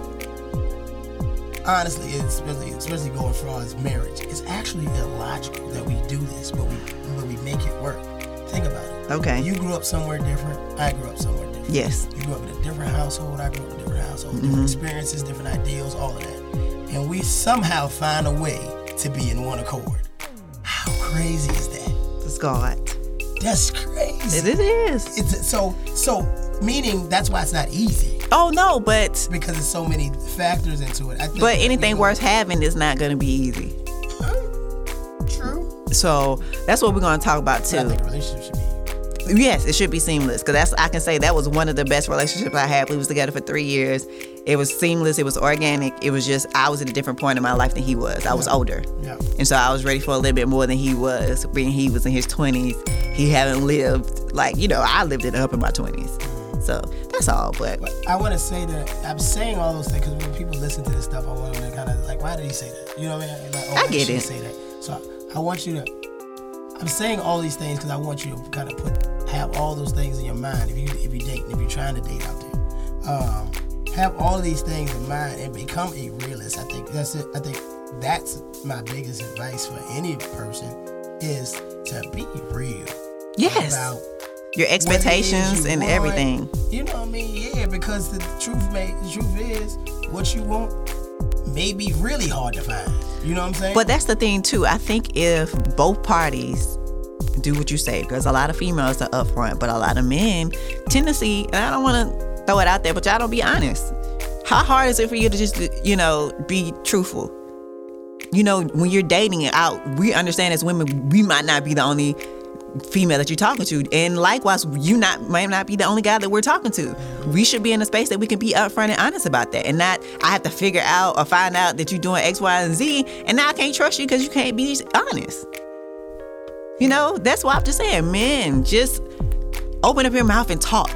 Speaker 2: honestly, especially especially going far as marriage, it's actually illogical that we do this, but we but we make it work. Think about it.
Speaker 1: Okay.
Speaker 2: You grew up somewhere different. I grew up somewhere different.
Speaker 1: Yes. Mm-hmm.
Speaker 2: You grew up in a different household. I grew up in a different household. Different experiences, different ideals, all of that, and we somehow find a way to be in one accord. How crazy is that?
Speaker 1: It's God.
Speaker 2: That's crazy.
Speaker 1: It it is.
Speaker 2: It's so so. Meaning that's why it's not easy
Speaker 1: Oh no, but
Speaker 2: because there's so many factors into it. I think
Speaker 1: but
Speaker 2: if we
Speaker 1: anything
Speaker 2: go-
Speaker 1: worth having is not going to be easy.
Speaker 2: True.
Speaker 1: So that's what we're going to talk about
Speaker 2: I
Speaker 1: too.
Speaker 2: think a relationship should be.
Speaker 1: Yes, it should be seamless because that's I can say that was one of the best relationships I had. We was together for three years. It was seamless. It was organic. It was just I was at a different point in my life than he was. I was
Speaker 2: Yeah.
Speaker 1: older,
Speaker 2: Yeah.
Speaker 1: and so I was ready for a little bit more than he was. Being he was in his twenties, he hadn't lived like you know I lived it up in my twenties. So that's all. But
Speaker 2: But I want to say that I'm saying all those things because when people listen to this stuff, I want them to kind of like, why did he say that? You know what I mean? Like, oh,
Speaker 1: I
Speaker 2: why
Speaker 1: get
Speaker 2: she
Speaker 1: it.
Speaker 2: Say that. So I want you to. I'm saying all these things because I want you to kind of put have all those things in your mind if you if you date if you're trying to date out there. Um, have all these things in mind and become a realist. I think that's it. I think that's my biggest advice for any person is to be real
Speaker 1: yes, your
Speaker 2: about what it is you
Speaker 1: expectations and
Speaker 2: want.
Speaker 1: everything.
Speaker 2: You know what I mean? Yeah, because the truth, may, the truth is, what you want may be really hard to find. You know what I'm saying?
Speaker 1: But that's the thing too. I think if both parties do what you say, because a lot of females are upfront, but a lot of men tendency, and I don't want to throw it out there, but y'all don't be honest. How hard is it for you to just, you know, be truthful? You know, when you're dating out, we understand as women, we might not be the only female that you're talking to, and likewise, you not might not be the only guy that we're talking to. We should be in a space that we can be upfront and honest about that, and not I have to figure out or find out that you're doing X, Y, and Z, and now I can't trust you because you can't be honest. You know, that's why I'm just saying, men, just open up your mouth and talk.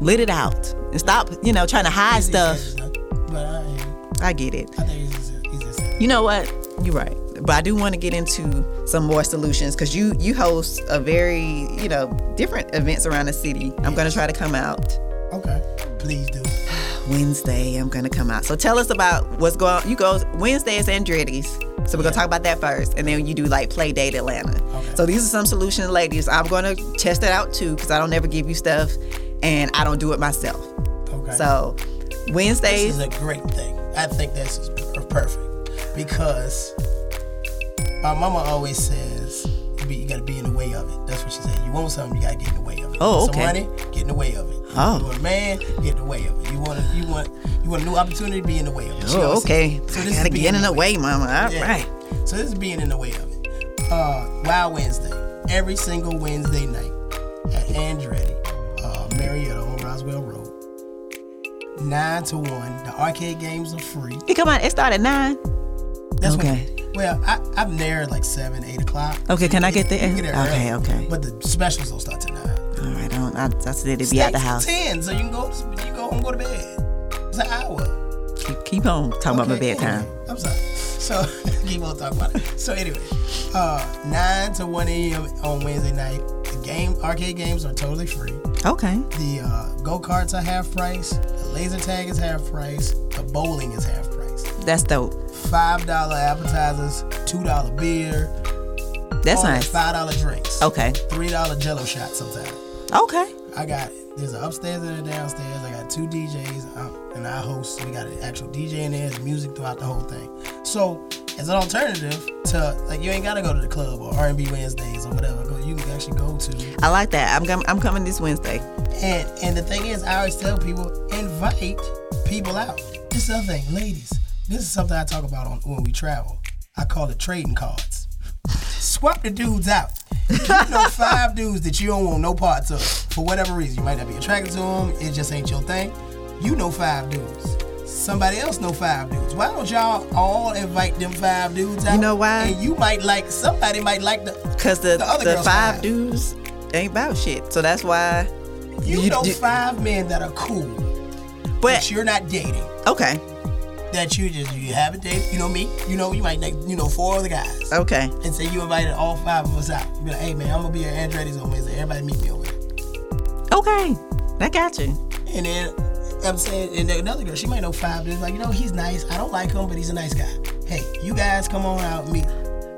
Speaker 1: Let it out. And stop, you know, trying to hide
Speaker 2: Easy
Speaker 1: stuff.
Speaker 2: said, But I,
Speaker 1: I get it.
Speaker 2: I think it's easy, easy said.
Speaker 1: You know what? You're right. But I do want to get into some more solutions because you you host a very, you know, different events around the city. I'm gonna try to come out.
Speaker 2: Okay. Please do.
Speaker 1: Wednesday, I'm gonna come out. So tell us about what's going on. You go Wednesday is Andretti's. So we're gonna talk about that first. And then you do like play date Atlanta.
Speaker 2: Okay.
Speaker 1: So these are some solution ladies. I'm gonna test it out too, because I don't ever give you stuff and I don't do it myself.
Speaker 2: Okay.
Speaker 1: So
Speaker 2: this
Speaker 1: Wednesdays,
Speaker 2: is a great thing. I think this is per- perfect because my mama always says you, be, you gotta be in the way of it. That's what she said. You want something, you gotta get in the way of it.
Speaker 1: Oh,
Speaker 2: Some
Speaker 1: okay.
Speaker 2: money, get in the way of it.
Speaker 1: Oh.
Speaker 2: You want a man, get in the way of it. You want a, you want you want a new opportunity, be in the way of it. She
Speaker 1: oh
Speaker 2: always said-
Speaker 1: okay.
Speaker 2: So
Speaker 1: I
Speaker 2: this is
Speaker 1: gotta
Speaker 2: being
Speaker 1: get in the way, mama. All right.
Speaker 2: yeah. So this is being in the way of it. Uh, Wild Wednesday. Every single Wednesday night at Andretti, uh, Marietta on Roswell Road. Nine to one. The arcade games are free.
Speaker 1: It come out, it started at nine.
Speaker 2: That's when-
Speaker 1: Okay.
Speaker 2: well, I, I'm there at like seven, eight o'clock.
Speaker 1: Okay, can I get
Speaker 2: You
Speaker 1: there?
Speaker 2: get there
Speaker 1: Okay,
Speaker 2: early,
Speaker 1: okay.
Speaker 2: But the specials don't start till nine.
Speaker 1: All right, I don't I, I said to be out the
Speaker 2: States
Speaker 1: house.
Speaker 2: Ten, so you can go. You can go home, go to bed. It's an hour.
Speaker 1: Keep, keep on talking about my
Speaker 2: Okay,
Speaker 1: bedtime.
Speaker 2: anyway, oh, I'm sorry. So keep on talking about it. So anyway, uh, nine to one a.m. on Wednesday night. The game arcade games are totally free.
Speaker 1: Okay.
Speaker 2: The uh, go karts are half price. The laser tag is half price. The bowling is half price.
Speaker 1: That's dope.
Speaker 2: Five dollar appetizers, two dollar beer,
Speaker 1: That's
Speaker 2: only
Speaker 1: nice.
Speaker 2: Five dollar drinks.
Speaker 1: Okay.
Speaker 2: Three dollar Jello shots sometimes.
Speaker 1: Okay.
Speaker 2: I got there's an upstairs and a downstairs. I got two DJs um, and I host. We got an actual DJ in there. There's music throughout the whole thing. So as an alternative to like you ain't gotta go to the club or R&B Wednesdays or whatever. Go you can actually go to.
Speaker 1: I like that. I'm com- I'm coming this Wednesday.
Speaker 2: And and the thing is, I always tell people invite people out. This is the other thing, ladies. This is something I talk about on when we travel. I call it trading cards. Swap the dudes out. You know five dudes that you don't want no parts of for whatever reason. You might not be attracted to them. It just ain't your thing. You know five dudes. Somebody else know five dudes. Why don't y'all all invite them five dudes out?
Speaker 1: You know why?
Speaker 2: And you might like somebody might like the
Speaker 1: Cause the
Speaker 2: other
Speaker 1: the,
Speaker 2: girl's
Speaker 1: five
Speaker 2: five.
Speaker 1: dudes ain't about shit. So that's why.
Speaker 2: you,
Speaker 1: you
Speaker 2: know
Speaker 1: do-
Speaker 2: five men that are cool that
Speaker 1: But
Speaker 2: you're not dating.
Speaker 1: okay,
Speaker 2: that you just you haven't dated. You know me. You know you might like you know four other guys,
Speaker 1: okay.
Speaker 2: and say you invited all five of us out. You be like, hey man, I'm gonna be at Andretti's on Wednesday. Everybody meet me over there.
Speaker 1: Okay, I got you.
Speaker 2: And then I'm saying, and then another girl, she might know five dudes. Like you know he's nice. I don't like him, but he's a nice guy. Hey, you guys come on out and meet.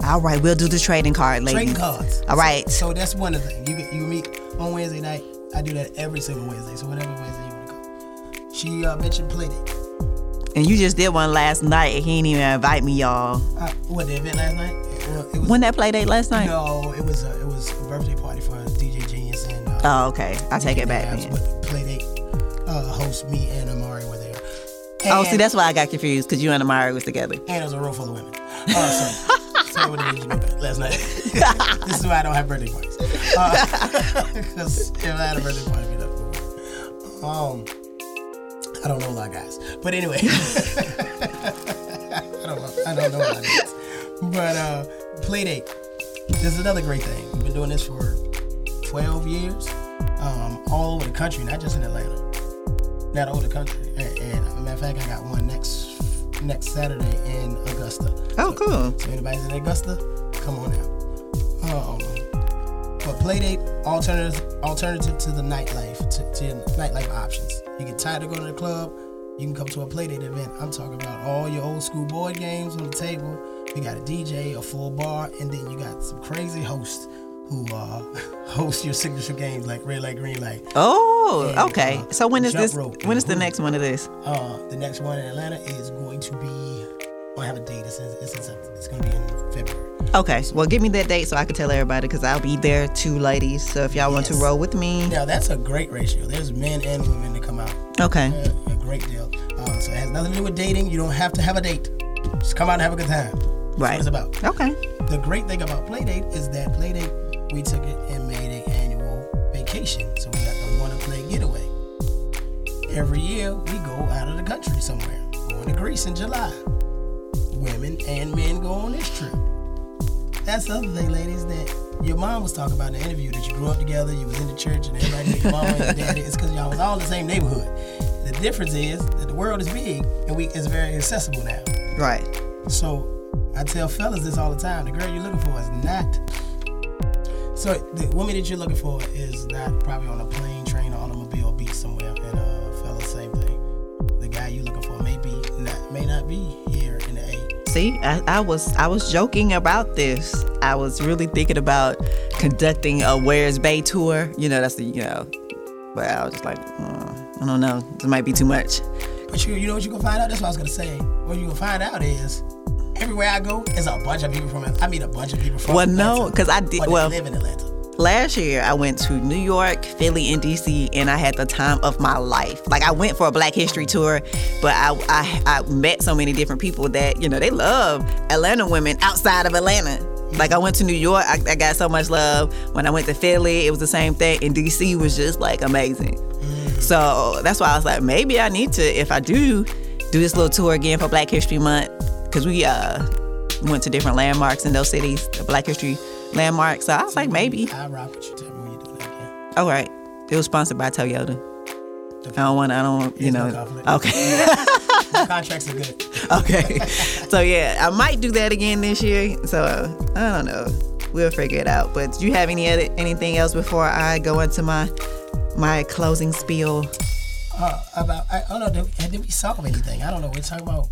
Speaker 1: All right, we'll do the trading card, ladies.
Speaker 2: Trading cards.
Speaker 1: All right.
Speaker 2: So that's one of the things. You get- you meet on Wednesday night. I do that every single Wednesday. So whatever Wednesday you wanna come. She uh, mentioned play date.
Speaker 1: And you just did one last night. and He didn't even invite me, y'all.
Speaker 2: Uh, what the event last night? It was, it was
Speaker 1: When that play date last night?
Speaker 2: No, it was a, it was a birthday party for DJ Genius and uh,
Speaker 1: Oh, okay. I take it back
Speaker 2: Labs,
Speaker 1: then.
Speaker 2: But Playdate uh, host me and Amari were there.
Speaker 1: Oh, see,
Speaker 2: And-
Speaker 1: that's why I got confused because you and Amari was together.
Speaker 2: and it was a room full of women. Oh, sorry. so I would have been Jamaica last night. this is why I don't have birthday parties. Because if I had a birthday party, it'd be nothing. Um, I don't know a lot of guys, but anyway, I don't know. I don't know a lot of guys. But uh, Playdate. This is another great thing. We've been doing this for 12 years, um, all over the country, not just in Atlanta not over the country. And, and as a matter of fact, I got one next next Saturday in Augusta.
Speaker 1: Oh, cool.
Speaker 2: So anybody's in Augusta, come on out. Um, but Playdate alternative alternative to the nightlife to, to your nightlife options. You get tired of going to the club, you can come to a Playdate event. I'm talking about all your old school board games on the table. You got a DJ, a full bar, and then you got some crazy hosts who uh, host your signature games like red light, green light.
Speaker 1: Oh,
Speaker 2: Yeah,
Speaker 1: okay.
Speaker 2: uh,
Speaker 1: So when is
Speaker 2: jump
Speaker 1: this?
Speaker 2: rope.
Speaker 1: When is the next one of this?
Speaker 2: Uh, the next one in Atlanta is going to be. Well, I have a date. It's, it's, it's, it's going to be in February.
Speaker 1: Okay. Well, give me that date so I can tell everybody because I'll be there too, ladies. So if y'all want to
Speaker 2: Yes.
Speaker 1: roll with me,
Speaker 2: Now that's a great ratio. There's men and women that come out.
Speaker 1: okay.
Speaker 2: Uh, a great deal. Uh, so it has nothing to do with dating. You don't have to have a date. Just come out and have a good time. That's What
Speaker 1: Right.
Speaker 2: it's about.
Speaker 1: Okay.
Speaker 2: The great thing about Playdate is that Playdate, we took it and made an annual vacation. So we got the Wanna Play Getaway. Every year, we go out of the country somewhere. Going to Greece in July. Women and men go on this trip. That's the other thing, ladies, that your mom was talking about in the interview that you grew up together, you was in the church, and everybody knew your mom and your daddy. It's because y'all was all in the same neighborhood. The difference is that the world is big and we it's very accessible now.
Speaker 1: Right.
Speaker 2: So I tell fellas this all the time: the girl you're looking for is not. So the woman that you're looking for is not probably on a plane, train, or automobile, beach somewhere. And uh, fellas, same thing. The guy you're looking for may be not may not be here in the eight.
Speaker 1: See, I, I was I was joking about this. I was really thinking about conducting a Where's Bay tour. You know, that's the you know, but I was just like, mm, I don't know, this might be too much.
Speaker 2: But you you know what you gonna find out? That's what I was gonna say. What you gonna find out is. Everywhere I go, there's a bunch of people from. I meet a bunch of people from.
Speaker 1: Well, no,
Speaker 2: Atlanta,
Speaker 1: 'cause I did-
Speaker 2: or that
Speaker 1: well-
Speaker 2: live in Atlanta.
Speaker 1: Last year, I went to New York, Philly, and DC, and I had the time of my life. Like I went for a Black History tour, but I I, I met so many different people that you know they love Atlanta women outside of Atlanta. Like I went to New York, I, I got so much love. When I went to Philly, it was the same thing, and DC was just like amazing. So that's why I was like, maybe I need to, if I do, do this little tour again for Black History Month, because we uh went to different landmarks in those cities, the Black History landmarks. So I was like, maybe.
Speaker 2: I rock with you. Tell me when you do that again.
Speaker 1: All right. It was sponsored by Toyota. I don't want. I don't. want- You
Speaker 2: It's no
Speaker 1: know.
Speaker 2: conflict.
Speaker 1: Okay.
Speaker 2: The contracts are good.
Speaker 1: okay. So yeah, I might do that again this year. So uh, I don't know. We'll figure it out. But do you have any other anything else before I go into my my closing spiel?
Speaker 2: Uh, about I don't know. Did we, did we solve anything? I don't know. We're talking about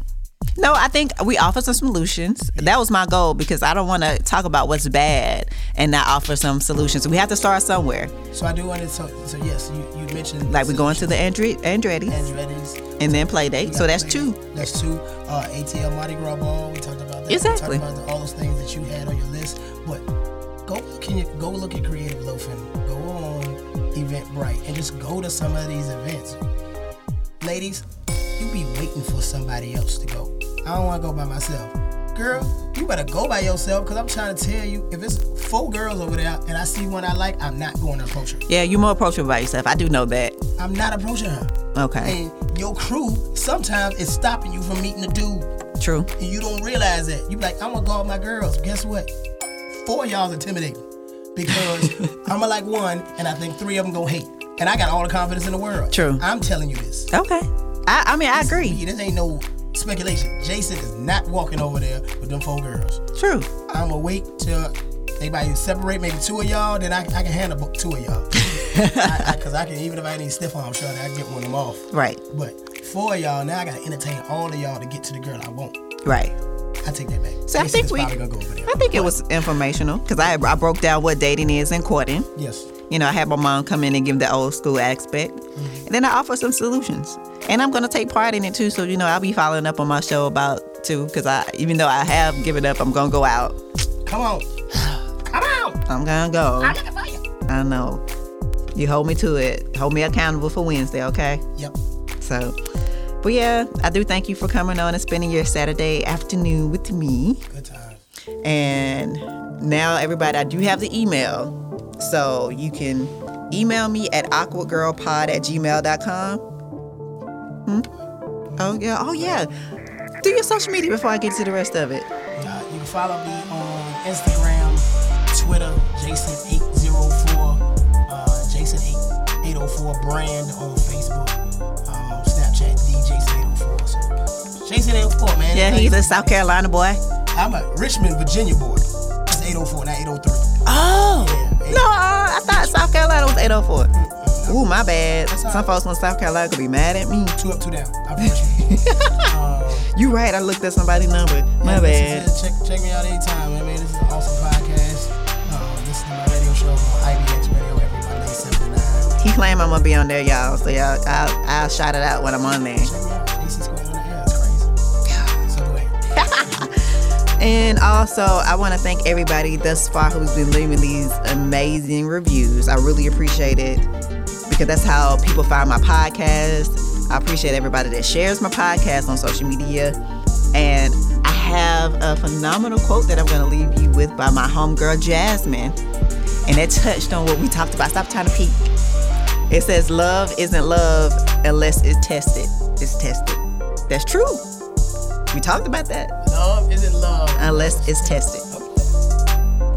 Speaker 1: No, I think we offer some solutions. That was my goal because I don't want to talk about what's bad and not offer some solutions. We have to start somewhere.
Speaker 2: So I do want to. So, so yes, you, you mentioned
Speaker 1: Like we're going to the Andre-
Speaker 2: and
Speaker 1: Andretti's
Speaker 2: Reddy's.
Speaker 1: and then play
Speaker 2: We
Speaker 1: date.
Speaker 2: got
Speaker 1: So that's
Speaker 2: Playdate.
Speaker 1: two.
Speaker 2: That's two. Uh, ATL Mardi Gras ball. We talked about that.
Speaker 1: Exactly.
Speaker 2: We talked about all those things that you had on your list. But go can you go look at Creative Loafing. Go on Eventbrite and just go to some of these events. Ladies, you be waiting for somebody else to go. I don't want to go by myself. Girl, you better go by yourself because I'm trying to tell you if it's four girls over there and I see one I like, I'm not going to approach her.
Speaker 1: Yeah, you're more approachable by yourself. I do know that.
Speaker 2: I'm not approaching her.
Speaker 1: Okay.
Speaker 2: And your crew sometimes is stopping you from meeting the dude
Speaker 1: True.
Speaker 2: and you don't realize that. You be like, I'm gonna go with my girls. Guess what? Four of y'all's intimidating because I'm gonna like one, and I think three of them gonna hate. And I got all the confidence in the world.
Speaker 1: True.
Speaker 2: I'm telling you this.
Speaker 1: Okay. I, I mean, I agree.
Speaker 2: This ain't no speculation. Jason is not walking over there with them four girls.
Speaker 1: True.
Speaker 2: I'm gonna wait till they might separate, maybe two of y'all, then I, I can handle bo- two of y'all. I, I, Cause I can, even if I didn't stiff arm, I'm sure that I can get one of them off.
Speaker 1: Right.
Speaker 2: But four of y'all, now I gotta entertain all of y'all to get to the girl I want.
Speaker 1: Right.
Speaker 2: I take that back.
Speaker 1: So I
Speaker 2: Jason's
Speaker 1: think we.
Speaker 2: probably gonna go over there.
Speaker 1: I think it was informational because I I broke down what dating is and courting.
Speaker 2: Yes.
Speaker 1: You know, I had my mom come in and give the old school aspect,
Speaker 2: Mm-hmm.
Speaker 1: and then I offer some solutions. And I'm gonna take part in it too. So you know, I'll be following up on my show about too because I even though I have given up, I'm gonna go out.
Speaker 2: Come on. Come on.
Speaker 1: I'm gonna go.
Speaker 2: I'm looking for you.
Speaker 1: I know. You hold me to it. Hold me accountable for Wednesday, okay?
Speaker 2: Yep.
Speaker 1: So, but yeah, I do thank you for coming on and spending your Saturday afternoon with me.
Speaker 2: Good time.
Speaker 1: And now, everybody, I do have the email. So you can email me at awkwardgirlpod at gmail.com. Hmm? Oh, yeah. Oh, yeah. Do your social media before I get to the rest of it.
Speaker 2: Uh, you can follow me on Instagram, Twitter, Jason804, uh, Jason804 brand on Facebook, um, Snapchat, DJason804. So, Jason804, man.
Speaker 1: Yeah, he's a South Carolina boy.
Speaker 2: I'm a Richmond, Virginia boy. That's 804, not 803.
Speaker 1: Oh.
Speaker 2: Yeah.
Speaker 1: No, uh, I thought South Carolina was 804. Ooh, my bad.
Speaker 2: That's all
Speaker 1: Some
Speaker 2: right.
Speaker 1: folks from South Carolina could be mad at me.
Speaker 2: Two up, two down. I'm from Richmond. um,
Speaker 1: You right, I looked at somebody's number. My
Speaker 2: Yeah,
Speaker 1: bad.
Speaker 2: this is it. Check, check me out anytime, man. man. This is an awesome podcast. Um, this is my radio show on IBX Radio every Monday, 7 to 9.
Speaker 1: He claim I'm gonna be on there, y'all. So y'all, I'll, I'll shout it out when I'm on there.
Speaker 2: Check me out. AC Square on the air. It's crazy. So, anyway,
Speaker 1: And also, I want to thank everybody thus far who's been leaving these amazing reviews. I really appreciate it because that's how people find my podcast. I appreciate everybody that shares my podcast on social media. And I have a phenomenal quote that I'm going to leave you with by my homegirl, Jasmine. And that touched on what we talked about. Stop trying to peek. It says, Love isn't love unless it's tested. It's tested. That's true. We talked about that
Speaker 2: love isn't love.
Speaker 1: unless it's tested.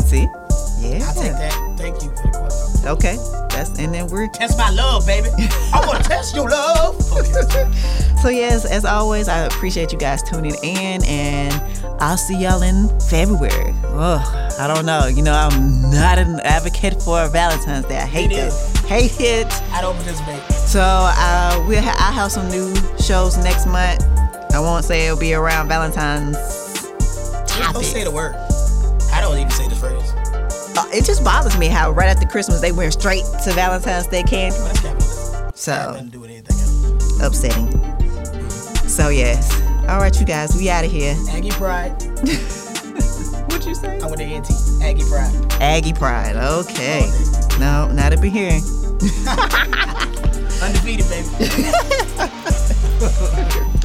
Speaker 1: See? Uh, Yeah.
Speaker 2: I'll take that. Thank you for the question.
Speaker 1: Okay. That's and then we're
Speaker 2: Test my love, baby. I want to test your love.
Speaker 1: so yes, as always, I appreciate you guys tuning in and I'll see y'all in February. Ugh, I don't know. You know, I'm not an advocate for Valentine's Day. I hate
Speaker 2: Me
Speaker 1: it.
Speaker 2: neither.
Speaker 1: Hate it.
Speaker 2: I don't participate.
Speaker 1: So uh, we'll ha- I have some new shows next month. I won't say it'll be around Valentine's. Uh,
Speaker 2: Don't say
Speaker 1: Topic.
Speaker 2: the word. I don't even say the phrase.
Speaker 1: Uh, It just bothers me how right after Christmas they went straight to Valentine's Day candy.
Speaker 2: But that's capitalism.
Speaker 1: So.
Speaker 2: It has nothing to do with anything else.
Speaker 1: upsetting. So yes. All right, you guys, we out of here.
Speaker 2: Aggie Pride.
Speaker 1: What'd you say?
Speaker 2: I went to NT. Aggie Pride.
Speaker 1: Aggie Pride. Okay. No, not up in here.
Speaker 2: Undefeated, baby.